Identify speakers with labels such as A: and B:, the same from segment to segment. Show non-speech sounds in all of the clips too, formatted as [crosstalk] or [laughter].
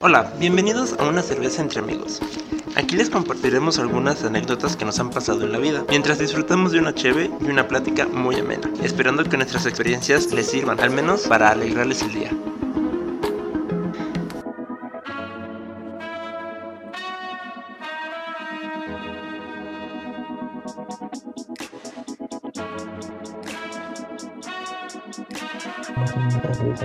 A: Hola, bienvenidos a una cerveza entre amigos. Aquí les compartiremos algunas anécdotas que nos han pasado en la vida, mientras disfrutamos de una cheve y una plática muy amena, esperando que nuestras experiencias les sirvan, al menos para alegrarles el día.
B: Pues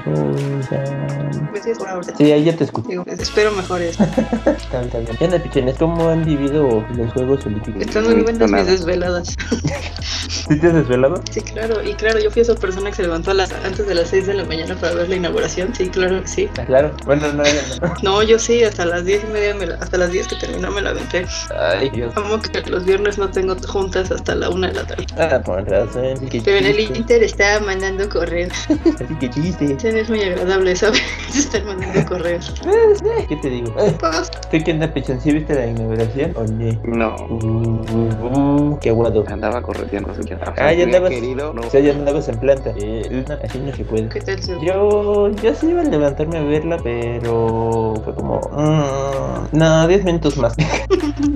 B: sí, es por ahora.
C: Sí, ahí ya te escuché.
B: Digo, pues, espero mejores.
C: Está bien, está bien. ¿Qué onda, pichones? ¿Cómo han vivido los Juegos Olímpicos?
B: Están muy buenas mis desveladas.
C: ¿Sí te has desvelado?
B: Sí, claro. Y claro, yo fui esa persona que se levantó a las, antes de las 6 de la mañana para ver la inauguración. Sí, claro que sí.
C: Ah, Claro. Bueno, no, ya no.
B: No, yo sí, hasta las 10 y media, me la- hasta las 10 que terminó me la aventé.
C: Ay, Dios.
B: Amo que los viernes no tengo juntas hasta la 1 de la tarde.
C: Ah, con razón. Qué
B: Pero en el
C: chiste.
B: Inter estaba mandando correos.
C: Así que chiste.
B: Sí, no es muy agradable, ¿sabes? [laughs] Estar mandando correos.
C: Pues, eh, ¿Qué te digo? Eh,
B: Pues,
C: ¿Tú qué onda, pichón? ¿Sí viste la inauguración o no?
D: No,
C: Uh, uh, uh, qué guado.
D: andaba correteando así que.
C: Ah, ya andabas.
D: querido, no.
C: O sea, ya andabas en planta. Eh, no, así no se puede.
B: ¿qué tal su?
C: Yo, yo sí iba a levantarme a verla, pero fue como... mm, no, 10 minutos más.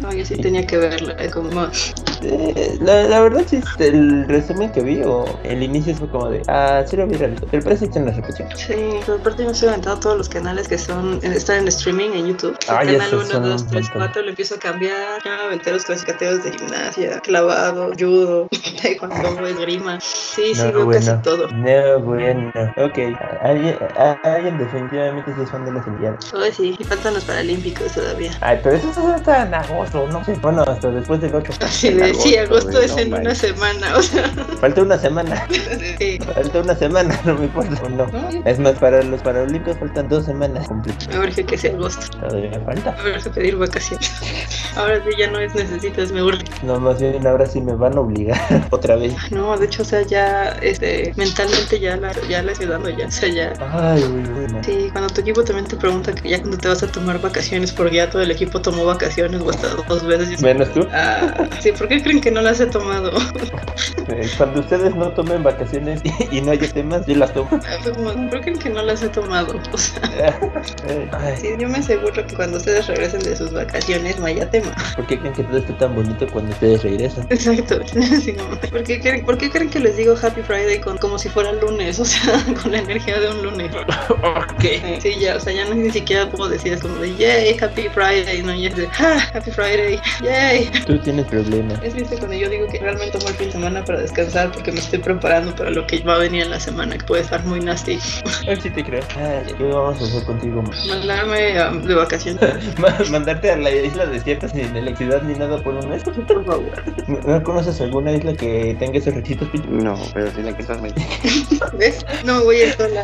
B: No, yo sí tenía que verla. eh, Como,
C: Eh, la, la verdad, sí, el resumen que vi o el inicio fue como de... Ah, sí lo vi realito, pero parece que en la repetición.
B: sí, pero aparte me estoy aventando todos los canales que son, están en streaming en YouTube. El
C: Ay,
B: canal
C: Ah, esos
B: 1,
C: son un
B: 2, 3,
C: montón.
B: 4 lo empiezo a cambiar. Ya me aventé los clasicateos de gimnasia, clavado, judo, [laughs] taekwondo, esgrima. Sí, sí, veo casi todo.
C: No, bueno. Ok, alguien, a- alguien definitivamente sí es fan de las Olimpiadas.
B: Todo sí, y faltan los paralímpicos todavía.
C: Ay, pero eso se está en agosto, no sé. Bueno, hasta después del 8.
B: Así
D: En
B: de, sí,
D: agosto,
B: agosto
D: güey,
B: es
D: no
B: en una
D: manches.
B: semana, o sea, [laughs]
C: Falta una semana. [laughs]
B: sí.
C: Falta una semana, no me importa. o No.
B: No,
C: Es más, para los Paralímpicos faltan dos semanas completas.
B: Me urge que sea agosto.
C: Todavía falta.
B: Me urge pedir vacaciones. [laughs] Ahora sí ya no es necesitas, me urge. Ah,
C: No, más bien ahora sí me van a obligar [laughs] otra vez.
B: No, de hecho, o sea, ya este, mentalmente ya la, ya la estoy dando ya. O sea, ya.
C: Ay, güey, bueno.
B: Sí, cuando tu equipo también te pregunta que ya cuando te vas a tomar vacaciones, porque ya todo el equipo tomó vacaciones o hasta dos veces. y es-
C: Menos tú.
B: Ah, sí, ¿por qué creen que no las he tomado? [laughs]
C: Eh, Cuando ustedes no tomen vacaciones y, y no haya temas, yo las [laughs] tomo.
B: Fue como, ¿por qué creen que no las he tomado? [laughs] O sea,
C: Eh, Ay,
B: sí, yo me aseguro que cuando ustedes regresen de sus vacaciones no haya tema. [laughs]
C: ¿Por qué creen que todo está tan bonito cuando ustedes regresan?
B: Exacto. [laughs] Sí, no. ¿Por, qué creen, por qué creen que les digo Happy Friday con, como si fuera lunes? [laughs] O sea, con la energía de un lunes.
C: Ok.
B: Sí, ya, o sea, ya no ni siquiera puedo decir, es como de, yay, Happy Friday, no, ya es de, ah, Happy Friday, yay.
C: Tú tienes problemas.
B: Es viste cuando yo digo que realmente tomo el fin de semana para descansar porque me estoy preparando para lo que va a venir en la semana, que puede estar muy nasty.
C: Ay, sí te creo. Ay, ¿Qué vamos a hacer contigo? ma?
B: Mandarme um, de vacaciones, [laughs]
C: Ma- Mandarte a la isla desierta sin electricidad ni nada por un mes.
B: por favor.
C: ¿No- ¿No conoces alguna isla que tenga esos requisitos, Pichu?
D: No, pero sí la que estás metiendo.
B: ¿Ves? No voy a ir sola.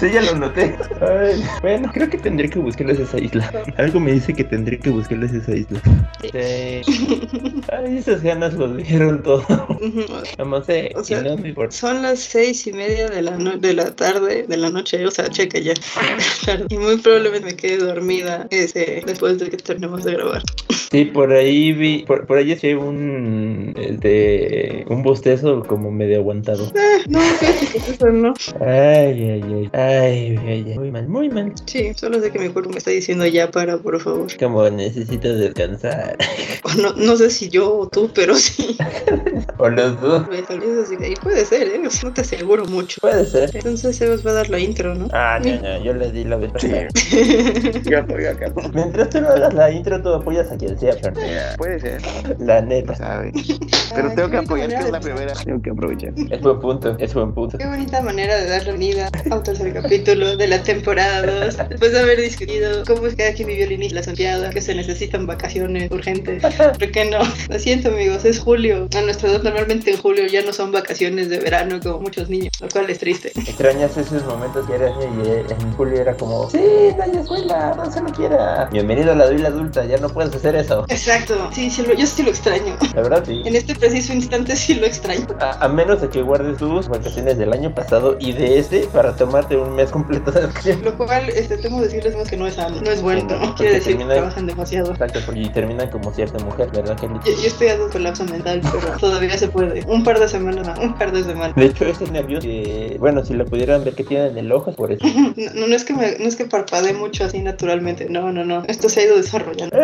C: Sí, ya lo noté. Ay, bueno, creo que tendré que buscarles esa isla. Algo me dice que tendré que buscarles esa isla. Sí. Ay, esas ganas lo dieron todo.
B: Ujú.
C: No sé,
B: O sea,
C: y no me importa.
B: Son las seis y media de la, no- de la tarde, de la noche, o sea, checa ya. [laughs] Tarde. y muy probablemente me quede dormida este, después de que terminemos de grabar.
C: Sí, por ahí vi, por, por ahí escuché un, este, un bostezo como medio aguantado.
B: Ah, no, fíjate que eso no.
C: Ay, ay, ay, ay, ay, ay, muy mal, muy mal.
B: Sí, solo sé que mi cuerpo me está diciendo ya para, por favor.
C: Como necesito descansar. [laughs]
B: O No, no sé si yo o tú, pero [laughs] sí.
C: O los dos.
B: Me salió así de, Y puede ser, ¿eh? [laughs] O sea, no te aseguro mucho.
C: Puede ser.
B: Entonces se os va a dar la intro,
D: [laughs]
B: ¿no?
C: Ah, no, no, yo le di la ventaja.
D: Yo estoy acá.
C: Mientras tú no hagas la intro, tú apoyas a quien sea, Fran.
D: Puede ser,
C: La
D: no
C: neta.
D: sabe. Pero
B: Ay,
D: tengo
B: qué
D: que apoyar que es la
B: bonita
D: primera. Tengo que aprovechar.
C: Es buen punto, es buen punto.
B: Qué bonita manera de darle vida a un tercer capítulo de la temporada 2. Después de haber discutido cómo es que aquí vivió el inicio de las Olimpiadas, que se necesitan vacaciones urgentes. ¿Por qué no? Lo siento, amigos, es julio. A nuestra edad, normalmente en julio ya no son vacaciones de verano como muchos niños, lo cual es triste.
C: Extrañas esos momentos que eras niño y eh, en julio era como, sí, no hay escuela, no se lo quiera. Bienvenido a la vida adulta, ya no puedes hacer eso.
B: Exacto. Sí, sí lo- yo sí lo extraño.
C: La verdad, sí.
B: En este preciso instante sí lo extraño.
C: A, a menos de que guardes tus vacaciones del año pasado y de este para tomarte un mes completo de vacaciones.
B: Lo cual, este, tengo que decirles más que no es sano, no es bueno,
C: Sí, no,
B: quiere
C: porque
B: decir que
C: termina-
B: trabajan demasiado.
C: Exacto, porque- y terminan como cierta mujer, ¿verdad, Kelly?
B: Yo, yo estoy dando colapso mental, pero todavía se puede. Un par de semanas, [laughs] más, un par de semanas.
C: De hecho, ese nervio que bueno, si lo pudieran ver que tienen en el ojo, es por
B: [laughs]
C: eso.
B: No, no, no es que me, no es que parpadee mucho así naturalmente. No, no, no. Esto se ha ido desarrollando.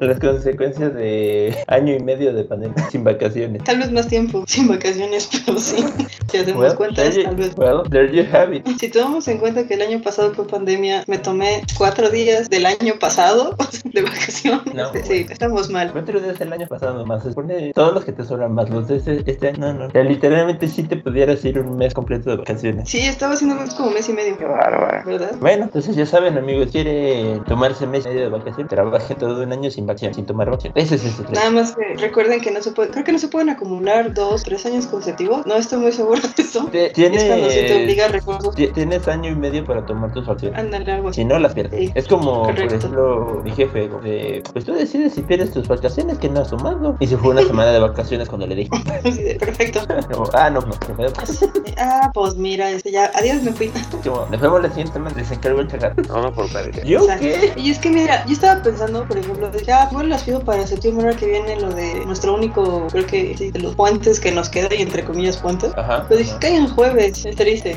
C: Las consecuencias de año y medio de pandemia sin vacaciones.
B: Tal vez más tiempo sin vacaciones, [laughs] pero sí. Si hacemos
C: Well,
B: cuentas,
C: there you,
B: tal vez.
C: well, there you have it.
B: Si tomamos en cuenta que el año pasado fue pandemia, me tomé cuatro días del año pasado [laughs] de vacaciones.
C: No,
B: sí,
C: bueno.
B: estamos mal.
C: Cuatro días el año pasado nomás. Se supone todos los que te sobran más los de este, este año. No, no. O sea, literalmente si te pudieras ir un mes completo de vacaciones.
B: Sí, estaba haciendo como mes y medio,
D: Qué bárbaro.
B: ¿verdad?
C: Bueno, entonces ya saben, amigos, quieren tomarse mes y medio de vacaciones, trabajen todo un año sin vacaciones, sin tomar vacaciones. Ese es ese
B: Nada más que recuerden que no se puede, creo que no se pueden acumular dos, tres años consecutivos. No estoy muy segura de eso. Es cuando se te obliga a
C: Tienes,
B: recursos.
C: ti- tienes año y medio para tomar tus vacaciones.
B: Ándale, algo
C: Si
B: así.
C: no, las pierdes.
B: Sí.
C: Es como, por
B: Correcto.
C: ejemplo, mi jefe, de, pues tú decides si pierdes tus vacaciones que no has tomado. Y se fue una semana de vacaciones cuando le dije.
B: [laughs] Así de, Perfecto.
C: Como, ah, no, no, me fue de vacaciones.
B: Ah, pues mira, este, ya, adiós, me fui.
C: Como, Nos vemos la siguiente semana, les encargo el chagar.
D: No, no por pareja.
C: ¿Yo
B: Exacto.
C: qué?
B: Y es que mira, yo estaba pensando, por ejemplo, de ya, bueno, las pido para septiembre ahora que viene lo de nuestro único, creo que sí, de los puentes que nos queda, y entre comillas puentes.
C: Ajá.
B: Pues dije, caen jueves, es triste.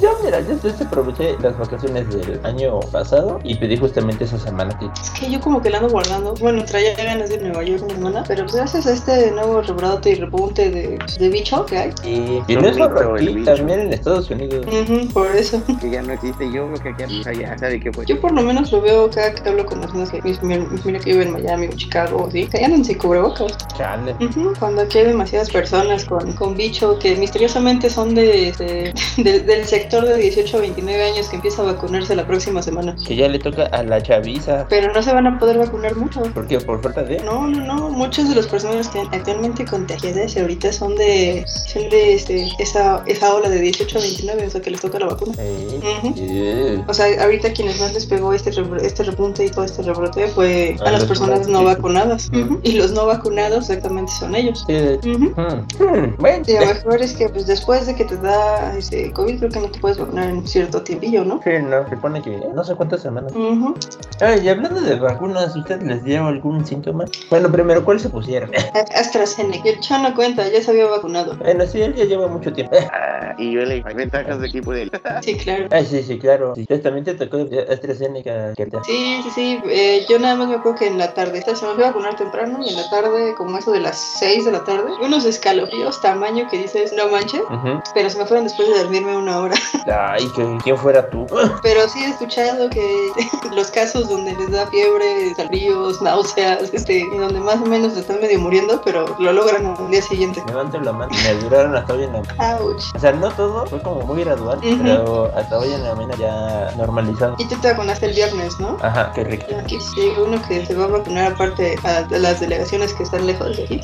C: Yo, mira, yo, yo te aproveché las vacaciones del año pasado y pedí justamente esa semana que
B: Es que yo como que la ando guardando. Bueno, traía ganas de ir a Nueva York mi hermana, pero pues gracias a este nuevo rebrote y repunte de, de bicho que hay.
C: Y,
D: Yo
C: no solo
D: grito, el
C: aquí,
D: bicho.
C: también en Estados Unidos.
B: Ujú, por eso.
D: Que ya no existe. Yo creo que aquí no allá. ¿Sabe qué? Pues
B: Yo por lo menos lo veo cada que hablo con las personas que mis- mi- mira que vivo en Miami o Chicago, o así, que andan sin cubrebocas.
C: Chale.
B: Ujú, Cuando aquí hay demasiadas personas con, con bicho que misteriosamente son de, este, [laughs] de- del sector de 18 a 29 años que empieza a vacunarse la próxima semana.
C: Que ya le toca a la chaviza.
B: Pero no se van a poder vacunar muchos.
C: Porque por falta de.
B: No, no, no. Muchas de las personas que actualmente contagiadas ahorita son de, son de este, esa, esa ola de 18 a 29, o sea que les toca la vacuna.
C: Eh,
B: Ujú.
C: eh.
B: O sea, ahorita quienes más les pegó este, rebro- este repunte y todo este rebrote fue
C: A
B: a las
C: los
B: personas
C: más
B: no
C: chicos.
B: vacunadas.
C: Ujú.
B: Ujú. Y los no vacunados exactamente son ellos.
C: Sí, de-
B: Ujú.
C: Hmm. Hmm. Bueno,
B: Y lo
C: eh,
B: mejor es que pues, después de que te da este COVID, creo que no te puedes vacunar en cierto tiempillo, ¿no?
C: [laughs] sí, no, se pone que eh, no sé cuántas semanas.
B: Ujú.
C: Ay, y hablando de vacunas, ¿ustedes les dieron algún síntoma? Bueno, primero, ¿cuál se pusieron? [laughs]
B: A- AstraZeneca. El chano cuenta, ya se había vacunado.
C: bueno, sí, él ya lleva mucho tiempo.
D: Ah, y yo le hay ventajas de equipo de él.
B: Sí, claro.
C: Ay, sí, sí, claro. Sí. Entonces, También te tocó eh, AstraZeneca. que te-
B: Sí, sí, sí. eh, yo nada más me acuerdo que en la tarde, esta se me fue a vacunar temprano y en la tarde, como eso de las 6 de la tarde, unos escalofríos tamaño que dices, no manches,
C: Ujú.
B: pero se me fueron después de dormirme una hora. [laughs]
C: Ay, que quién fuera tú. [laughs]
B: Pero sí he escuchado que [laughs] los casos donde les da fiebre, salivos, náuseas, este, y donde más o menos están medio muriendo, pero lo logran al día siguiente.
C: Levanto la mano. Me duraron hasta hoy en la
B: Ouch.
C: O sea, no todo, fue como muy gradual,
B: Ujú.
C: pero hasta hoy en la mañana ya normalizado.
B: Y tú te vacunaste el viernes, ¿no?
C: Ajá, qué rico.
B: Aquí sí, uno que se va a vacunar aparte a, a las delegaciones que están lejos de aquí.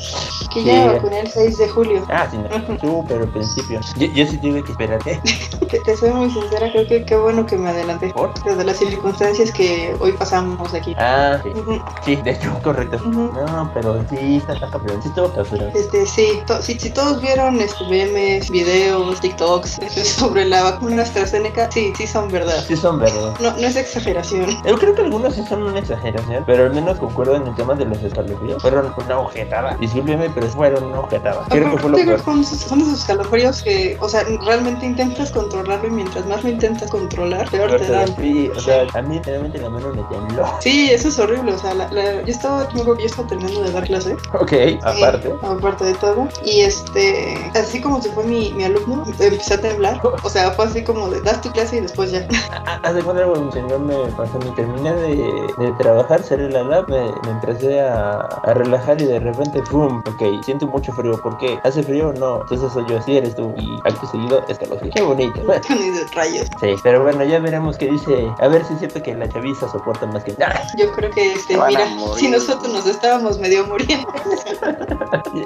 B: Que
C: Sí.
B: ya me vacuné el 6 de julio.
C: Ah, sí, no.
B: Ujú.
C: Súper al principio. Yo, yo sí tuve que esperar. ¿eh?
B: Te, te soy muy sincera, creo que qué bueno que me adelanté.
C: ¿Por?
B: Desde las circunstancias que hoy pasamos aquí.
C: Ah, sí,
B: Ujú,
C: sí, de hecho, [laughs] correcto.
B: ujú.
C: No, pero sí, está está cabrón. Sí, estuvo cabrón.
B: Este, sí, to- si, si todos vieron este, memes, videos, TikToks [laughs] este, sobre la vacuna AstraZeneca, sí, sí son verdad.
C: Sí, son verdad.
B: No, no es exageración.
C: Yo creo que algunos sí son una exageración, pero al menos concuerdo en el tema de los escalofríos. Fueron una objetada. Discúlpeme, pero fueron una objetada. Creo que fue lo
B: Aparte,
C: peor.
B: son, esos- son esos escalofríos que, o sea, realmente intentas controlarlo y mientras más lo intentas controlar, peor te dan.
C: Sí, o sea, a mí literalmente la mano me tembló. [laughs]
B: Sí, eso es horrible. O sea, la- la- yo estaba, yo me acuerdo que yo estaba terminando de dar clase.
C: Ok,
B: eh,
C: aparte.
B: aparte de todo. Y este, así como se fue mi, mi alumno, empecé a temblar. O sea, fue así como de, das tu clase y después ya. [laughs]
C: Hace cuando algo mi señor me pasó, me terminé de, de trabajar, cerré la lab, me, me empecé a, a relajar y de repente, ¡pum! Ok, siento mucho frío, ¿por qué? ¿Hace frío o no? Entonces soy yo, así eres tú, y acto seguido, escalofrío. ¡Qué bonito! Bueno,
B: Ni de rayos.
C: sí, pero bueno, ya veremos qué dice. A ver si es cierto que la chaviza soporta más que... ¡Ah!
B: Yo creo que, este,
D: Te van
B: mira,
D: a morir.
B: si nosotros nos estábamos medio muriendo.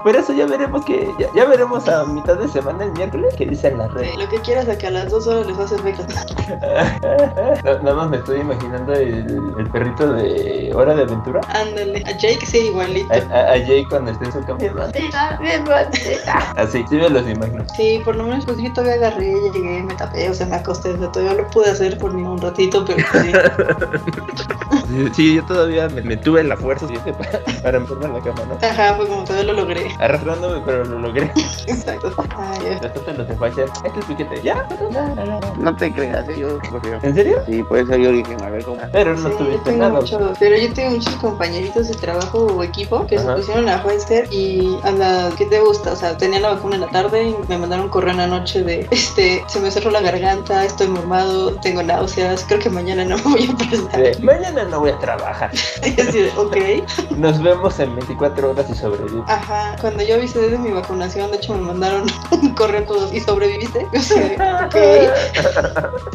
C: Por eso ya veremos que... Ya, ya veremos a mitad de semana, el miércoles, qué dicen las redes.
B: Lo que quieras a que a las dos horas les vas a hacer becas.
C: [laughs] No, Nada más me estoy imaginando el, el perrito de Hora de Aventura.
B: Ándale. A Jake sí, igualito.
C: A,
D: Eh.
C: a- a Jay cuando esté en su cama. Así, sí me los imagino.
B: Sí, por lo menos pues yo todavía agarré,
D: [laughs]
B: llegué, me tapé, o sea, me acosté, o sea, todavía lo pude hacer por ni un ratito, pero sí.
C: Sí, yo todavía me, me tuve la fuerza suficiente para, para empujarme a la cama, ¿no?
B: Ajá, fue como todavía lo logré. [laughs]
C: Arrastrándome, pero lo logré.
B: Exacto. Ay, eh.
C: Bastante los despaches. Este es el piquete. ¿Ya?
D: No te creas, ¿eh? yo corrió.
C: ¿En serio?
D: Sí, por eso yo dije, a ver cómo.
C: Pero no
B: Sí, yo
C: tuviste
B: tengo
C: nada.
B: muchos, pero yo tengo muchos compañeritos de trabajo o equipo que
C: Ajá.
B: se pusieron a Pfizer y a la que te gusta, o sea, tenían la vacuna en la tarde y me mandaron un correo en la noche de, [laughs] este, se me cerró la garganta, estoy mormado, tengo náuseas, creo que mañana no [laughs] voy a presentar.
C: De, mañana no voy a trabajar.
B: Y así de, ok.
C: Nos vemos en 24 horas y sobrevivo.
B: Ajá, cuando yo avisé de mi vacunación, de hecho me mandaron [laughs] un correo todos y sobreviviste. [laughs]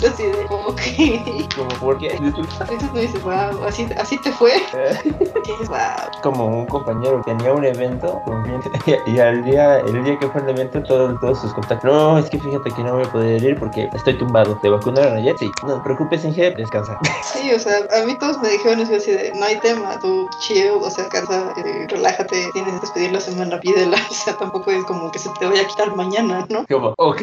B: Yo así de, ok. Yo así de, ok. [laughs]
C: Como porque disculpa.
B: Entonces me dice, wow, así, así te fue. [laughs]
C: Eh,
B: Y es, wow.
C: Como un compañero que tenía un evento con bien- [laughs] y al día, el día que fue el evento, todos, todos sus contactos. No, es que fíjate que no voy a poder ir porque estoy tumbado. ¿Te vacunaron ayer? Sí. No te preocupes, Inge, descansa. [laughs]
B: Sí, o sea, a mí todos me dijeron eso así de, no hay tema, tú chill, o sea, cansa, eh, relájate, tienes que despedir la semana, pídela, [laughs] o sea, tampoco es como que se te vaya a quitar mañana, ¿no?
C: Como, ok. [laughs]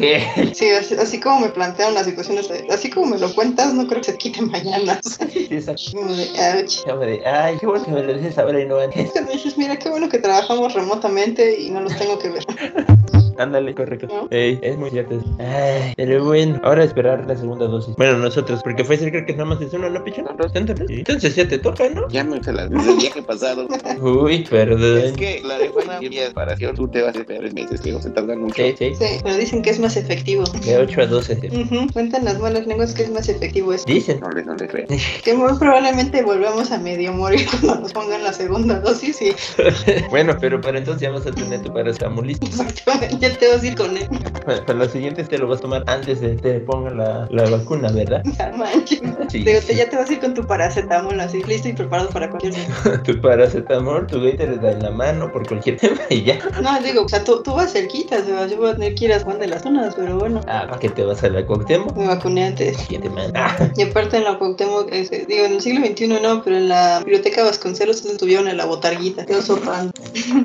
B: Sí, así, así como me plantearon las situaciones, de- así como me lo cuentas, no creo que se te quite mañana, [laughs] o sea,
C: Sí, esa
B: como de, ouch.
C: chava de, ay, qué bueno que me lo dices ahora y no antes. [laughs]
B: Me dices, mira, qué bueno que trabajamos remotamente y no los tengo que ver.
C: Ándale, correcto.
B: ¿No?
C: Ey, es muy cierto. eso. Ay, pero bueno, ahora esperar la segunda dosis. Bueno, nosotros, porque fue cerca que nada más es una, ¿no, pichón?
D: Nosotros.
C: Entonces entonces ya te toca,
D: [laughs]
C: ¿no?
D: Ya me se las desde el viaje pasado.
C: Uy, perdón.
D: Es que la de Juana Mía de paración, tú te vas a esperar meses, que se tardan mucho.
C: Sí, sí.
B: Sí, pero dicen que es más efectivo.
C: De 8 a 12.
D: [laughs]
C: sí.
B: Ujú, Cuentan las malas lenguas que es más efectivo eso.
C: Dicen.
D: No les, no les creo.
B: Que muy probablemente volvamos a medio morir [laughs] cuando nos pongan la segunda dosis y
C: [laughs] Bueno, pero para entonces ya vas a tener tu paracetamol listo.
B: efectivamente [laughs] ya te vas a ir con él.
C: Para, para los siguientes te lo vas a tomar antes de que te pongan la, la vacuna,
B: [laughs]
C: ¿verdad?
B: No manches.
C: Sí.
B: Digo, te- ya te vas a ir con tu paracetamol así, listo y preparado para cualquier
C: Tu paracetamol, tu Gatorade en la mano por cualquier [laughs] tema y ya.
B: No, digo, o sea, tú, tú vas cerquita, o sea, yo voy a tener que ir a Juan de las Zonas, pero bueno.
C: Ah, ¿para qué te vas a la Cuauhtémoc?
B: Me vacuné antes.
C: Siguiente man. Ah,
B: Y aparte en la Cuauhtémoc, este, digo, en el siglo XXI no, pero en la biblioteca Vasconcelos estuvieron en la botarguita. Yo sopando.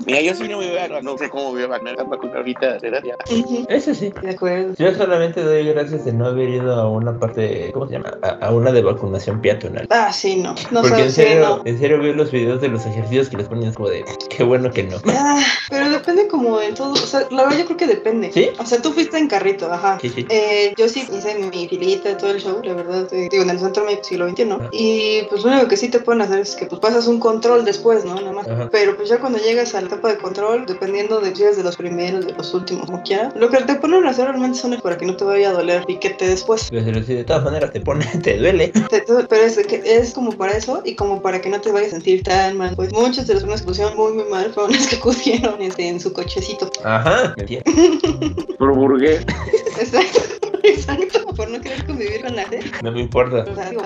D: Mira, yo sí no me voy a no sé cómo voy a vacunar, la vacuna ahorita, ¿verdad? Ya.
B: Ujú,
C: eso sí.
B: De acuerdo.
C: Yo solamente doy gracias de no haber ido a una parte, ¿cómo se llama? A, a una de vacunación peatonal.
B: Ah, sí, no. No
C: Porque en
B: sabes, sí,
C: serio,
B: no.
C: en serio veo los videos de los ejercicios que les ponen como de, qué bueno que no.
B: Ah, pero depende como de todo. O sea, la verdad yo creo que depende.
C: ¿Sí?
B: O sea, tú fuiste en carrito, ajá.
C: Sí, sí.
B: Eh, yo sí hice mi, mi filita, todo el show, la verdad. eh, digo, en el centro del siglo XXI. Y pues lo único que sí te pueden hacer es que pues pasas un control después, ¿no? Nada más.
C: Ajá.
B: Pero pues ya cuando llegas a la etapa de control, dependiendo de si eres de los primeros, de los últimos, como quieras, lo que te ponen a hacer realmente son para que no te vaya a doler y que
C: [laughs]
B: te después.
C: Pero si de todas maneras te pone, [laughs] te duele.
B: Te- te- Pero es, de que es como para eso y como para que no te vayas a sentir tan mal. Pues muchas de las personas que pusieron muy, muy mal fueron las que acudieron este, en su cochecito. [laughs]
C: Ajá. ¿Me entiendes?
D: Pero burgués.
B: Exacto. Exacto, por no querer convivir con la gente.
C: No me importa.
B: O sea, digo,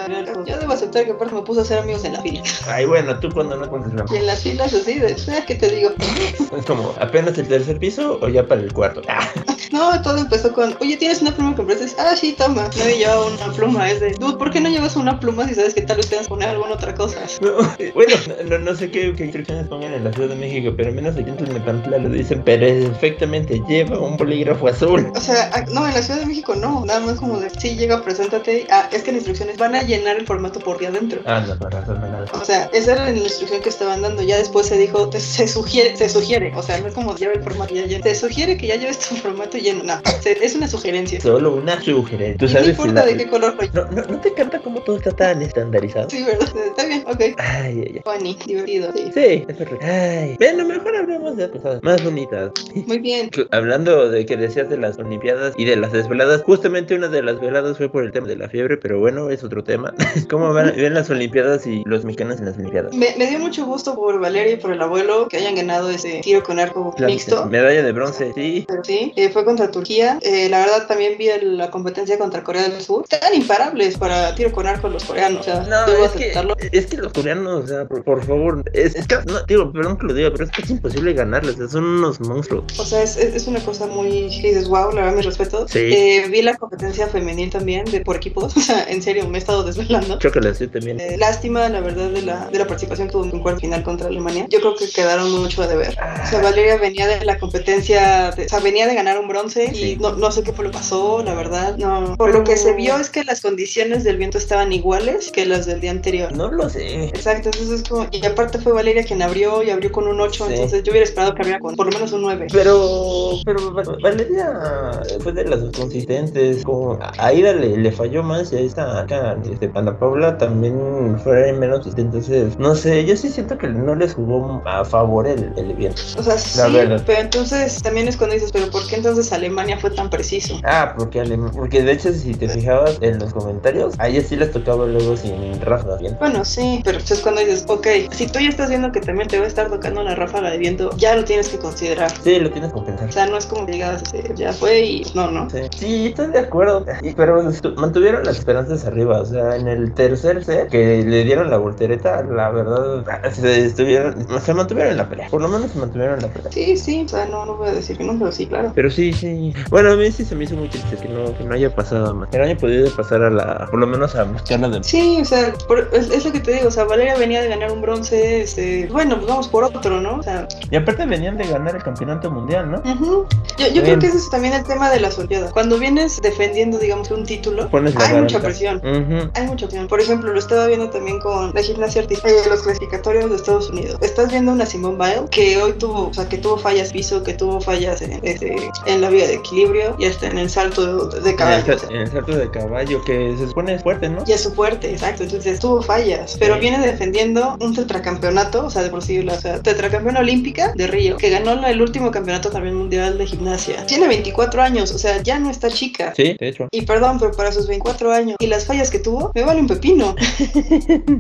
B: Yo debo aceptar que aparte me puse a hacer amigos en la fila.
C: Ay, bueno, tú cuando no cuentas la
B: Y en las filas así, de, "Ah, ¿qué te digo?
C: [laughs] Es como, ¿apenas el tercer piso o ya para el cuarto? Ah,
B: No, todo empezó con, oye, ¿tienes una pluma que compraste? Ah, sí, toma. Nadie llevaba una pluma. Es de, dude, ¿por qué no llevas una pluma si sabes que tal vez te vas a poner alguna otra cosa?
C: no. [laughs] Bueno, no, no sé qué, qué instrucciones pongan en la Ciudad de México, pero al menos aquí en Tlalnepantla lo dicen perfectamente. Lleva un bolígrafo azul.
B: O sea, ah, no, en la Ciudad de México no. Nada más como de, sí, llega, preséntate. Ah, es que en instrucciones van a llenar el formato por día adentro.
C: Ah, no, para razón, nada.
B: O sea, esa era la instrucción que estaban dando. Ya después se dijo, te- se sugiere, se sugiere. O sea, no es como lleva el formato ya lleno. Se sugiere que ya lleves tu formato lleno. No, se- es una sugerencia.
C: Solo una sugerencia. ¿Tú
B: Y no
C: sabes si
B: importa
C: la-
B: de qué color lo
C: no, no, ¿No te encanta cómo todo está tan estandarizado?
B: Sí, ¿verdad? [laughs] Está bien, ok.
C: Ay, ay, ay.
B: Funny, divertido, sí.
C: Sí, es correcto. Ay, bueno, mejor hablemos de cosas más bonitas.
B: Muy bien.
C: Chu- Hablando de que decías de las olimpiadas y de las desveladas, justamente una de las veladas fue por el tema de la fiebre, pero bueno, es otro tema. [laughs] ¿Cómo van, ven las olimpiadas y los mexicanos en las olimpiadas?
B: Me, me dio mucho gusto por Valeria y por el abuelo que hayan ganado ese tiro con arco
C: La
B: mixto.
C: medalla de bronce, sí.
B: Pero sí, eh, fue contra Turquía. Eh, la verdad también vi el- la competencia contra Corea del Sur. Están imparables para tiro con arco los coreanos. O sea, debo aceptarlo.
C: es que los coreanos, o sea, por, por favor, es, es que, no, digo, perdón que lo diga, pero es que es imposible ganarles, o sea, son unos monstruos.
B: O sea, es, es- es una cosa muy... que dices, wow, la verdad, mis respetos.
C: Sí.
B: Eh, vi la competencia femenil también de por equipos. [laughs] O sea, en serio, me he estado desvelando.
C: Chócalas, yo también.
B: Eh, lástima, la verdad, de la, de la participación que tuvo en cuarto final contra
C: Ah,
B: Alemania. Yo creo que quedaron mucho a deber. O sea, Valeria venía de la competencia, de- o sea, venía de ganar un bronce y
C: Sí.
B: no, no sé qué lo pasó, la verdad. No. Por lo que se vio es que las condiciones del viento estaban iguales que las del día anterior.
C: No lo sé.
B: Exacto, entonces es como. Y aparte fue Valeria quien abrió y abrió con un 8,
C: Sí.
B: entonces yo hubiera esperado que abriera con por lo menos un 9.
C: Pero, pero Val- Valeria fue de las consistentes. Como a- a Aira le, le falló más y ahí está acá. Este, Ana Paula también fue menos consistente. Entonces, no sé, yo sí siento que no les jugó a favor el, el viento.
B: O sea, sí,
C: La verdad.
B: pero entonces también es cuando dices, pero ¿por qué entonces Alemania fue tan preciso?
C: Ah, porque, Alem- porque de hecho, si te fijabas en los comentarios, a ella sí les tocaba luego sin ráfagas bien.
B: Bueno, sí, pero pues es cuando dices, ok, si tú ya estás viendo que también te va a estar tocando una ráfaga de viento, ya lo tienes que considerar.
C: Sí, lo tienes que pensar.
B: O sea, no es como que digas, eh, ya fue y no, no.
C: Sí, Sí, estoy de acuerdo. Y- Pero estu- mantuvieron las esperanzas arriba. O sea, en el tercer set que le dieron la voltereta, la verdad, ah, se estuvieron, se mantuvieron en la pelea. Por lo menos se mantuvieron en la pelea.
B: Sí, sí, o sea, no, no voy a decir que no, pero sí, claro.
C: Pero sí, sí. Bueno, a mí sí se me hizo muy triste que no, que no haya pasado más. Que no haya podido pasar a la, por lo menos a buscarla de.
B: Sí, o sea, por- es, es lo que te digo, o sea, Valeria venía de ganar un bronce, este, bueno, pues vamos por otro, ¿no? O sea,
C: Y aparte venían de ganar el campeonato mundial, ¿no?
B: ujú. yo, yo creo
C: Bien.
B: que ese es también el tema de las Olimpiadas. Cuando vienes defendiendo, digamos, un título,
C: Pones la
B: hay
C: garanta.
B: mucha presión.
C: Ujú.
B: Hay mucha opción. Por ejemplo, lo estaba viendo también con la gimnasia artística eh, los clasificatorios de Estados Unidos. Estás viendo una Simone Biles que hoy tuvo, o sea, que tuvo fallas piso, que tuvo fallas en, este, en la vía de equilibrio y hasta en el salto de, de
C: En el
B: caballo.
C: sal- En el salto de caballo, que se supone es fuerte, ¿no?
B: Y es su fuerte, exacto. Entonces tuvo fallas, pero viene defendiendo un tetracampeonato, o sea, de por sí, o sea, tetracampeona olímpica de Río, que ganó la- el último campeonato también mundial de gimnasia. Tiene 24 años, o sea, ya no está chica.
C: Sí, de hecho.
B: Y perdón, pero para sus 24 años y las fallas que tuvo, me vale un pepino.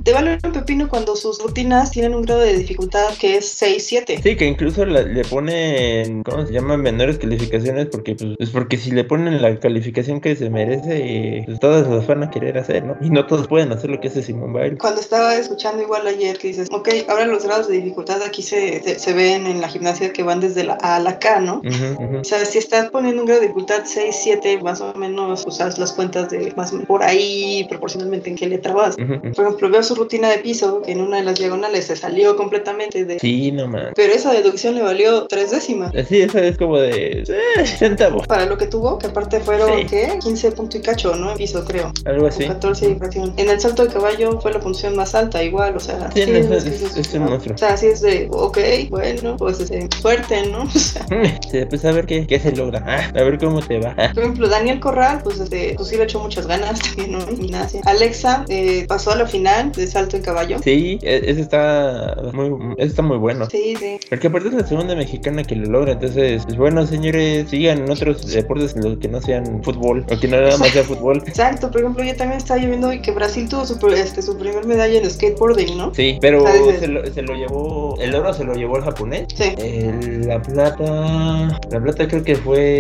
B: Te vale un pepino cuando sus rutinas tienen un grado de dificultad que es 6, 7.
C: Sí, que incluso la- le ponen, ¿cómo se llama? Menores calificaciones porque pues, es porque si le ponen la calificación que se merece, pues, todas las van a querer hacer, ¿no? Y no todos pueden hacer lo que hace Simón Biles.
B: Cuando estaba escuchando igual ayer que dices, ok, ahora los grados de dificultad aquí se, se, se ven en la gimnasia que van desde la A a la K, ¿no?
C: Ujú, ujú.
B: O sea, si estás poniendo un grado de dificultad 6, 7, más o menos usas las cuentas de más o menos por ahí proporcionalmente en qué letra vas.
C: Ujú, ujú.
B: Por ejemplo, veo su rutina de piso, que en una de las diagonales se salió completamente de...
C: Sí, no más.
B: Pero esa deducción le valió tres décimas.
C: Sí, eso es como de eh, centavos,
B: para lo que tuvo, que aparte fueron,
C: Sí. Ah,
B: ¿qué? 15 punto y cacho, ¿no? En piso, creo.
C: algo
B: O
C: así.
B: 14 de fracción. En el salto de caballo fue la punción más alta, igual, o sea.
C: Sí, no,
B: es
C: es-
B: que
C: es-
B: sí,
C: es un
B: ¿no?
C: monstruo.
B: O sea, así es de, ok, bueno, pues este, fuerte, ¿no? [laughs] O sea,
C: [laughs] Sí, pues a ver qué, qué se logra, ah, a ver cómo te va. ah.
B: por ejemplo, Daniel Corral, pues este, pues sí le echó muchas ganas [laughs] también, ¿no? En gimnasia. Alexa eh, pasó a la final de salto en caballo.
C: Sí, e- eso está muy, eso está muy bueno.
B: Sí, sí.
C: Porque aparte es la segunda mexicana que lo logra, entonces, pues, bueno, señores, sigan otros deportes en los que no sean fútbol, o que no nada más sea fútbol.
B: Exacto, por ejemplo, yo también estaba lloviendo hoy que Brasil tuvo su, pr- este, su primer medalla en skateboarding, ¿no?
C: Sí, pero
B: Ah, ese.
C: se lo, se lo llevó, el oro se lo llevó el japonés.
B: Sí.
C: El- la plata, la plata creo que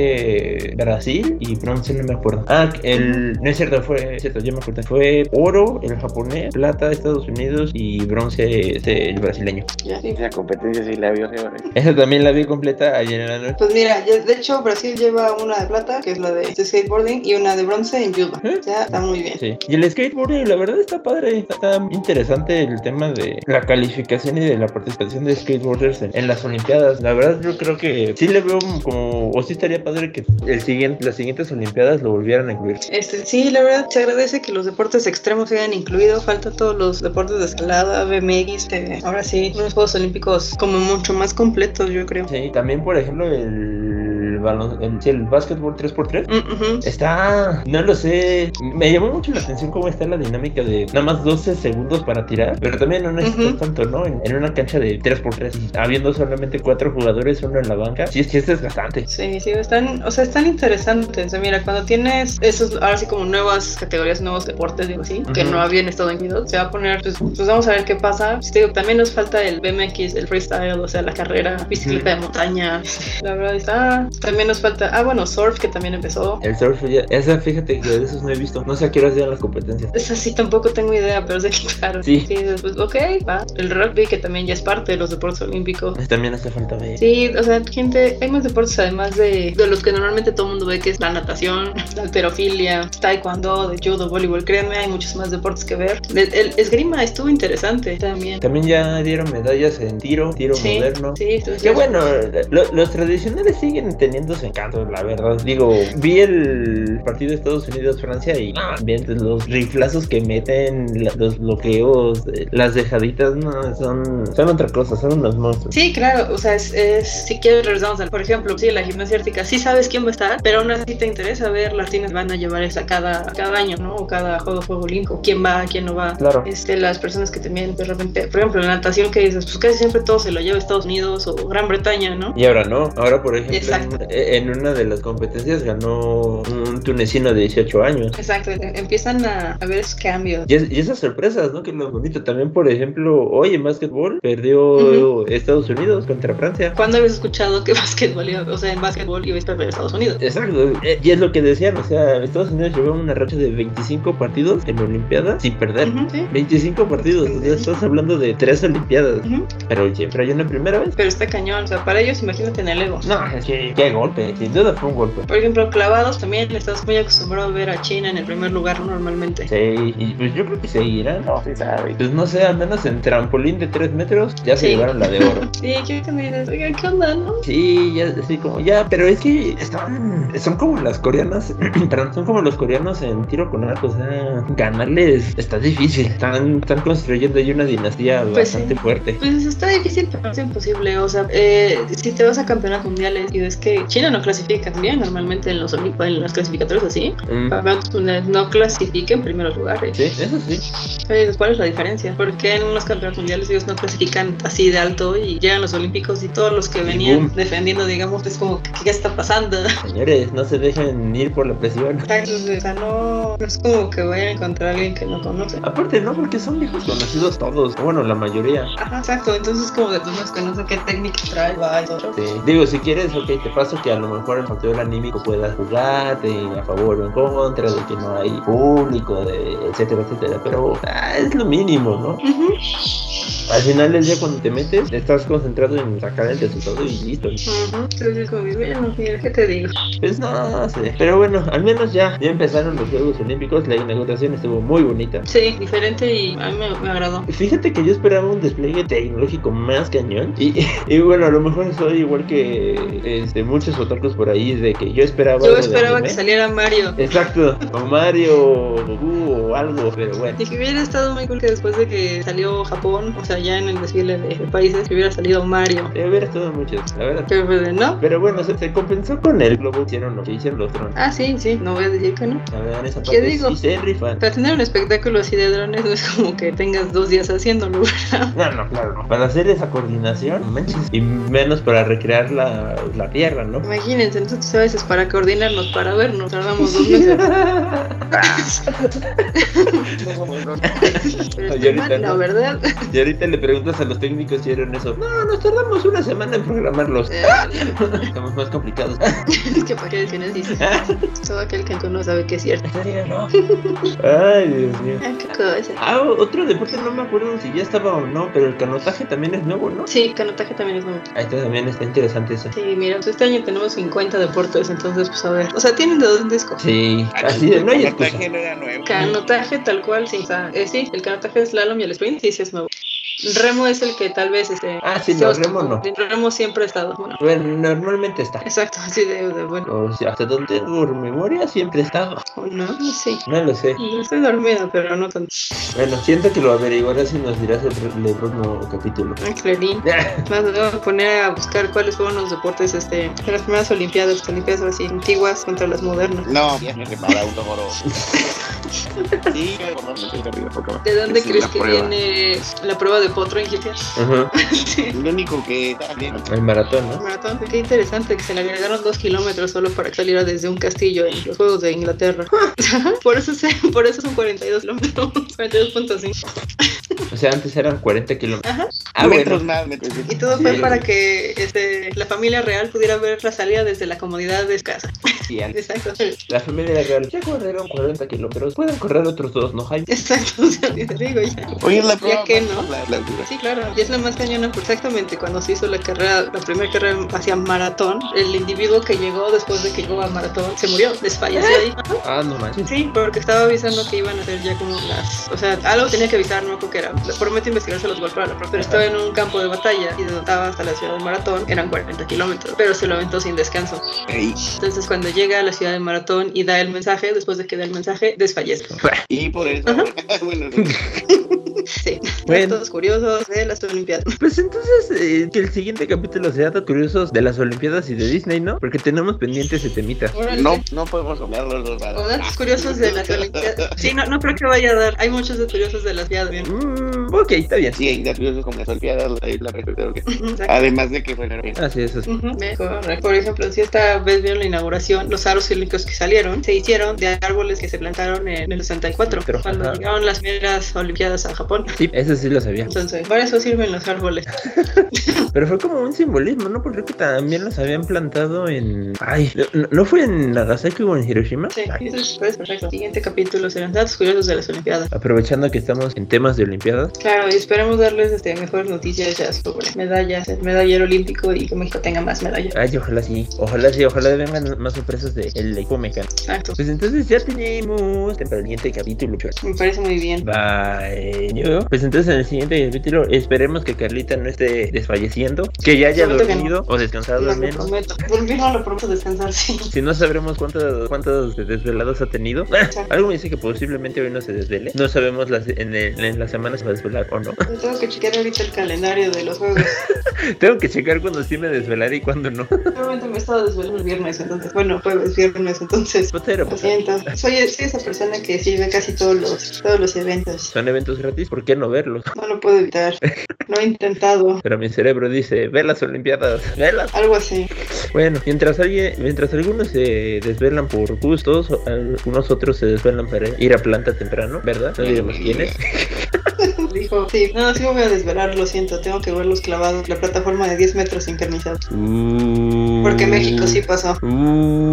C: fue Brasil y bronce no me acuerdo. Ah, el, no es cierto, fue, es cierto, yo me acuerdo, fue oro el japonés, plata Estados Unidos y bronce este, el brasileño.
B: Ya.
D: La competencia sí la vio feo, ¿eh?
C: Esa también la vi completa ayer en la noche.
B: Pues mira, ya- de hecho Brasil lleva una de plata, que es la de de skateboarding, y una de bronce en judo.
C: ¿Eh?
B: Ya está muy bien.
C: Sí. Y el skateboarding, la verdad está padre, está, está interesante el tema de la calificación y de la participación de skateboarders en, en las Olimpiadas. La verdad yo creo que sí le veo como, o sí estaría padre que el siguiente, las siguientes Olimpiadas lo volvieran a incluir.
B: Este, sí, la verdad se agradece que los deportes extremos se hayan incluido. Falta todos los deportes de escalada, BMX. eh, ahora sí, unos Juegos Olímpicos como mucho más completos, yo creo.
C: Sí, también por ejemplo el balon, el, sí, el básquetbol 3x3.
B: Mm, ujú.
C: Está, no lo sé, me llamó mucho la atención cómo está la dinámica de nada más 12 segundos para tirar, pero también no necesitas
B: Ujú.
C: tanto, ¿no? En, en una cancha de 3x3, y habiendo solamente 4 jugadores, uno en la banca, sí, sí es desgastante.
B: Sí, sí, están, o sea, están interesantes. O sea, Mira, cuando tienes esos, ahora sí como nuevas categorías, nuevos deportes, digo así, que
C: Ujú.
B: no habían estado incluidos, se va a poner, pues, pues vamos a ver qué pasa. Sí, te digo, también nos falta el BMX, el freestyle, o sea, la carrera, bicicleta de montaña. La verdad está. También nos falta, ah, bueno, surf, que también empezó.
C: El surf, ya- esa fíjate que de esos no he visto, no sé a qué horas llegan las competencias.
B: Esa sí tampoco tengo idea, pero se [laughs] quitaron.
C: Sí.
B: pues, ok, va. El rugby, que también ya es parte de los deportes olímpicos.
C: También hace falta ver.
B: Sí, o sea, gente, hay más deportes además de, de los que normalmente todo el mundo ve que es la natación, la alterofilia, taekwondo, de judo, voleibol, créanme, hay muchos más deportes que ver. El, el esgrima estuvo interesante también.
C: También ya dieron medallas en tiro, tiro
B: Sí,
C: moderno.
B: sí, estuvo
C: Qué bueno, lo- los tradicionales siguen tremendos encantos, la verdad. Digo, vi el partido de Estados Unidos-Francia y no, mientes, los riflazos que meten, la- los bloqueos, eh, las dejaditas, no, son, son otra cosa, son unos monstruos.
B: Sí, claro, o sea, es, es- si quieres regresamos al, por ejemplo, sí, la gimnasia ártica, sí sabes quién va a estar, pero aún así te interesa ver las tiendas que van a llevar esa cada, cada año, ¿no? O cada juego, juego olímpico, quién va, quién no va.
C: Claro.
B: Este, las personas que también de repente, por ejemplo, en la natación que dices, pues casi siempre todo se lo lleva a Estados Unidos o Gran Bretaña, ¿no?
C: Y ahora no, ahora por ejemplo
B: Exacto.
C: en, en una de las competencias ganó un tunecino de 18 años.
B: Exacto, em- empiezan a, a ver esos cambios.
C: Y, es- y esas sorpresas, ¿no? Que es lo bonito. También, por ejemplo, hoy en básquetbol perdió
B: Ujú.
C: Estados Unidos contra Francia.
B: ¿Cuándo habías escuchado que [laughs] básquetbol, iba- o sea, en básquetbol ibas a perder a Estados Unidos?
C: Exacto, eh, y es lo que decían, o sea, Estados Unidos llevó una racha de 25 partidos en Olimpiadas sin perder.
B: Ujú, sí.
C: 25 partidos, o sea, estás hablando de tres Olimpiadas,
B: Ujú.
C: pero siempre hay una primera vez.
B: Pero está cañón, o sea, para ellos imagínate en el ego.
C: No, es que qué golpe, sin duda fue un golpe.
B: Por ejemplo, clavados también estás muy acostumbrado a ver a China en el primer lugar normalmente.
C: Sí, y pues yo creo que seguirán.
D: No se sabe.
C: Pues no sé, al menos en trampolín de 3 metros ya se
B: Sí.
C: llevaron la de oro.
B: Sí, quiero que me dices, oiga, ¿qué onda, no?
C: Sí, ya, así como, ya, pero es que están, son como las coreanas, [clears throat] perdón, son como los coreanos en tiro con arco, o sea, ganarles está difícil, están, están construyendo ahí una dinastía
B: Pues
C: bastante fuerte.
B: Pues está difícil, pero no es imposible. O sea, eh, si te vas a campeonatos mundiales y ves que China no clasifica bien normalmente en los olimpi- en los clasificatorios así,
C: Mm,
B: campeonatos mundiales no clasifica en primeros lugares.
C: Sí, eso sí.
B: Oye, ¿Cuál es la diferencia? ¿Por qué en los campeonatos mundiales ellos no clasifican así de alto y llegan los olímpicos y todos los que venían
C: boom.
B: defendiendo, digamos, es como, ¿qué, qué está pasando?
C: Señores, no se dejen ir por la presión. [laughs]
B: Exacto, o sea, no, no es como que vayan a encontrar a alguien que no conoce.
C: Aparte, no, porque son viejos conocidos todos, bueno, la mayoría.
B: Ajá, exacto, entonces como de todos modos que no sé qué técnica trae, va, y todo.
C: Sí. Digo, si quieres, ok, te paso que a lo mejor el factor anímico puedas jugar de a favor o en contra, de que no hay público, de etcétera, etcétera. Pero ah, es lo mínimo, ¿no?
B: Ujú.
C: Al final del día cuando te metes, estás concentrado en sacar el resultado y listo.
B: Ujú. Entonces como, que, bueno, mira, ¿qué te digo?
C: Pues no sé. Pero bueno, al menos ya, ya empezaron los Juegos Olímpicos, la inauguración estuvo muy bonita.
B: Sí, diferente y a mí me, me agradó.
C: Fíjate que yo esperaba un despliegue tecnológico más cañón. Y, [laughs] y bueno, a lo mejor soy igual que este, muchos otakus por ahí, de que yo esperaba.
B: Yo
C: algo de
B: esperaba
C: anime.
B: que saliera Mario.
C: Exacto, o Mario, o Goku, o algo, pero bueno.
B: Y que hubiera estado muy cool que después de que salió Japón, o sea, ya en el desfile de, de países, que hubiera salido Mario.
C: Debe haber estado muchos, la verdad.
B: Pero pues, no.
C: Pero bueno, se, se compensó con el globo, hicieron lo que hicieron los drones.
B: Ah, sí, sí, no voy a decir que no.
C: La verdad, esa
B: ¿Qué
C: parte
B: digo?
C: sí se rifan.
B: Para tener un espectáculo así de drones [laughs] no es como que tengas dos días haciéndolo. [laughs]
C: No, no, claro, no. Para hacer esa coordinación, no manches. Y menos para recrear la, la tierra,
B: [laughs]
C: ¿no?
B: Imagínense, nosotros a veces para coordinarnos, para vernos, tardamos dos meses.
C: [laughs]
B: Pero
C: Yo
B: está
C: ahorita
B: mal,
C: no.
B: la verdad. [laughs]
C: y ahorita le preguntas a los técnicos si hicieron eso. No, nos tardamos una semana en programarlos.
B: Eh, [laughs]
C: Estamos más complicados.
B: es que para qué decir así. Todo aquel que no sabe que es cierto.
C: ¿En serio, no? Ay, Dios mío.
B: Ah, qué cosa.
C: Ah, otro deporte, no me acuerdo si ya estaba o no, pero el canotaje también es nuevo, ¿no?
B: Sí, canotaje también es nuevo.
C: Ah, este también está interesante eso.
B: Sí, mira, pues este año tenemos 50 deportes, entonces pues a ver. O sea, tienen de dos en disco.
C: Sí, así de, no hay
D: El
C: excusa.
D: traje no era nuevo.
B: Canotaje tal cual, sí. O sea, eh, sí, el canotaje es slalom y el sprint, sí, sí es nuevo. Remo es el que tal vez este.
C: Ah, sí,
B: se
C: no,
B: os-
C: remo no.
B: Remo siempre ha estado. Bueno,
C: Bueno, normalmente está.
B: exacto, así de, de bueno.
C: O sea, hasta donde por memoria siempre estaba.
B: ¿O no? Sí.
C: No lo sé.
B: Y estoy dormida, pero no tanto.
C: Bueno, siento que lo averiguarás y nos dirás el, pr- el próximo capítulo.
B: Ay, Ah, Clarín. Más me voy a poner a buscar cuáles fueron los deportes este, de las primeras Olimpiadas, las Olimpiadas así antiguas contra las modernas.
D: No, ya me reparaba un [laughs] toro. Sí, me acordaba, me estoy perdido, por favor.
B: ¿De dónde
D: Es
B: crees
D: la
B: que
D: prueba.
B: viene la prueba de potro en GTA?
C: Ajá.
B: Sí.
D: Lo único que está bien.
C: El maratón, ¿no?
B: Maratón. Qué interesante que se le agregaron dos kilómetros solo para que saliera desde un castillo en los Juegos de Inglaterra. [laughs] por, eso se- [laughs] por eso son 42 kilómetros, [laughs] 42.5.
C: O sea, antes eran 40 kilómetros.
B: Ajá.
C: Ah,
D: metros
C: bueno.
D: más, metros.
B: Y todo fue
D: Sí.
B: para que este, la familia real pudiera ver la salida desde la comodidad de su casa.
C: sí, antes.
B: Exacto. [laughs]
C: La familia real ya corrieron 40 kilómetros. Pueden correr otros dos, ¿no, Jaime?
B: Exacto. o sea, te digo ya.
D: Hoy es la
B: Ya
D: prueba.
B: que
D: más
B: no.
D: la- la altura.
B: Sí, claro, y es la más cañona, porque exactamente cuando se hizo la carrera, la primera carrera hacia maratón, el individuo que llegó después de que llegó a maratón se murió, desfalleció ahí.
C: Ah, no manches.
B: Sí, porque estaba avisando que iban a hacer ya como las. O sea, algo tenía que avisar, no creo que era. Prometo investigárselo igual para la próxima. Pero estaba en un campo de batalla y donde hasta la ciudad de Maratón eran 40 kilómetros, pero se lo aventó sin descanso.
D: Ey.
B: Entonces cuando llega a la ciudad de Maratón y da el mensaje, después de que da el mensaje, desfallece.
D: Y por eso. [laughs] bueno,
B: Sí,
C: Bueno.
B: datos curiosos de las Olimpiadas.
C: [laughs] Pues entonces, eh, que el siguiente capítulo sea datos curiosos de las Olimpiadas y de Disney, ¿no? Porque tenemos pendiente ese temita.
D: no, no podemos comer los dos
B: O
D: lados.
B: datos curiosos de las Olimpiadas. Sí, no, no creo que vaya a dar. Hay muchos datos curiosos de las Olimpiadas. [laughs] bien.
C: Mm, ok, está bien.
D: Sí, hay nerviosos como las olimpiadas, la isla respetero que.
B: Ujú, exacto.
D: Además de que fue nervioso.
C: Así es. así.
B: Ujú, me- correcto. Por ejemplo, si esta vez vieron la inauguración, los aros cílicos que salieron se hicieron de árboles que se plantaron en el 64,
C: Pero,
B: cuando
C: ajá.
B: llegaron las primeras Olimpiadas a Japón.
C: Sí, eso sí lo sabía.
B: Entonces, para eso sirven los árboles.
C: Pero fue como un simbolismo, ¿no? Porque creo que también los habían plantado en. Ay, ¿no, no fue en Nagasaki o en Hiroshima?
B: Sí,
C: Ay,
B: eso es pues, perfecto. Siguiente capítulo serán datos curiosos de las Olimpiadas.
C: Aprovechando que estamos en temas de Olimpiadas.
B: Claro, y esperemos darles este, mejores noticias ya sobre medallas, el medallero olímpico y que México tenga más medallas.
C: Ay, ojalá sí. Ojalá sí, ojalá vengan más sorpresas de el equipo mexicano.
B: Exacto.
C: Pues entonces ya tenemos el siguiente capítulo, chicos.
B: Me parece muy bien.
C: Bye. ¿no? Pues entonces en el siguiente capítulo esperemos que Carlita no esté desfalleciendo, que ya haya
B: Prometo que
C: dormido o descansado
B: No
C: al
B: lo
C: menos.
B: prometo. Dormir no lo prometo,
C: [laughs]
B: descansar sí.
C: Si no sabremos cuántos, cuántos desvelados ha tenido. Algo me dice que posiblemente hoy no se desvele. No sabemos las, en, el- en la semana se va a desvelar o no. [laughs]
B: Yo tengo que chequear ahorita el calendario de los juegos.
C: Tengo que checar cuando sí me desvelaré y cuando no. [laughs]
B: Realmente me he estado desvelando el viernes, entonces. Bueno, jueves, viernes, entonces.
C: Pero,
B: Lo
C: pues,
B: siento. Soy, soy esa persona que sirve casi todos los, todos los eventos.
C: son eventos gratis, ¿por qué no verlos?
B: No lo puedo evitar. Lo he intentado.
C: Pero mi cerebro dice, ve las Olimpiadas, [laughs] velas.
B: Algo así.
C: Bueno, mientras alguien, mientras algunos se desvelan por gustos, algunos otros se desvelan para ir a planta temprano, ¿verdad? No diremos quiénes.
B: Dijo, sí, no, sí me voy a desvelar, lo siento. Tengo que verlos clavados. La plataforma de 10 metros sincronizada.
C: Mm.
B: Porque México sí pasó.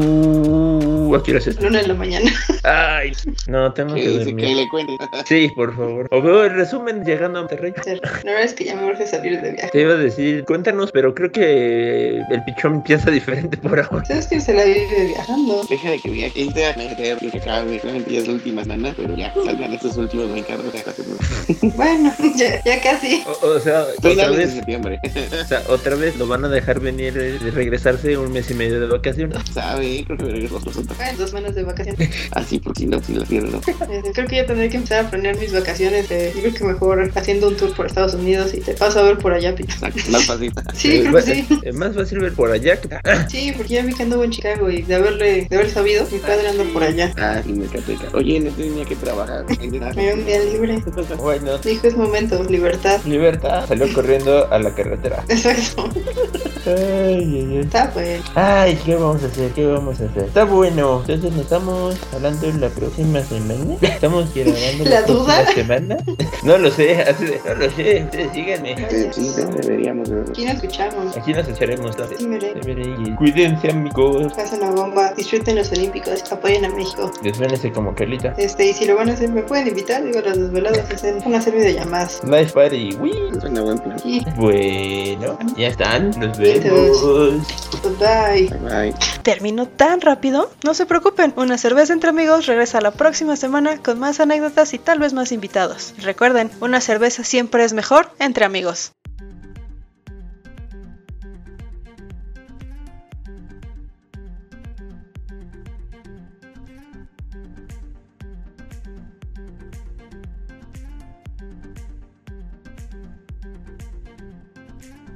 C: Uh, ¿A qué hora es esto?
B: Luna en la mañana. [laughs]
C: Ay, no, tengo
D: Que
C: que
D: dice que
C: dormir.
D: le cuente. [laughs]
C: Sí, por favor. O veo el resumen llegando a Monterrey.
B: La verdad es que ya me urge salir de viaje.
C: Te iba a decir, cuéntanos, pero creo que el pichón piensa diferente por ahora.
B: ¿Sabes que se la vive viajando?
D: Deja de que viaje. Este me que acabe. Realmente ya es la última semana, pero ya salgan estos últimos 20 carros de
B: Bueno, [laughs] ya, ya casi.
C: O, o sea, otra
D: Finales de
C: vez,
D: septiembre.
C: o sea, otra vez lo van a dejar venir eh, de regresarse un mes y medio de vacaciones.
D: Sabe, creo que veremos los resultados.
B: Bueno, dos semanas de vacaciones.
D: Así, por Ah, si no, si las pierdo.
B: Este, Creo que ya tendré que empezar a planear mis vacaciones. eh, yo creo que mejor haciendo un tour por Estados Unidos y te paso a ver por allá, Pita.
D: Exacto, Más fácil.
B: Sí,
C: Eh,
B: creo
C: va-
B: que sí.
C: eh, más fácil ver por allá que [laughs]
B: Sí, porque ya vi que anduvo en Chicago y de haberle, de haber sabido, mi padre anda por allá.
D: Ah, sí, me cateca. Oye, en este tenía que trabajar.
B: Me dio un día libre.
C: Bueno,
B: Dijo, es momento, libertad. [laughs]
C: libertad. Salió corriendo a la carretera.
B: Exacto.
C: Ay, ay, ay.
B: Está pues.
C: Ay, ¿qué vamos a hacer? ¿Qué vamos a hacer? Está bueno. Entonces nos estamos hablando en la próxima semana. [laughs] Estamos grabando
B: ¿La duda?
C: próxima semana. [laughs] No lo sé, así de- no lo sé. Ustedes síganme.
D: Sí, no, deberíamos verlo.
B: Aquí nos escuchamos.
C: Aquí nos echaremos. entonces.
B: Sí, mire.
C: Cuídense, amigos.
B: Pasen la bomba, disfruten los Olímpicos, apoyen a México.
C: Desvénense como Carlita.
B: Este, y si lo van a hacer, me pueden invitar, digo, los desvelados hacen una serie de llamadas.
C: Nice party. Uy.
D: Suena buen plan.
B: Y
C: Bueno, ya están. Nos
B: Adiós.
C: vemos.
B: pues, bye.
D: Bye bye.
B: ¿Terminó tan rápido? No se preocupen, una cerveza entre amigos regresa la próxima semana con más anécdotas y tal vez más invitados. Recuerden, una cerveza siempre es mejor entre amigos.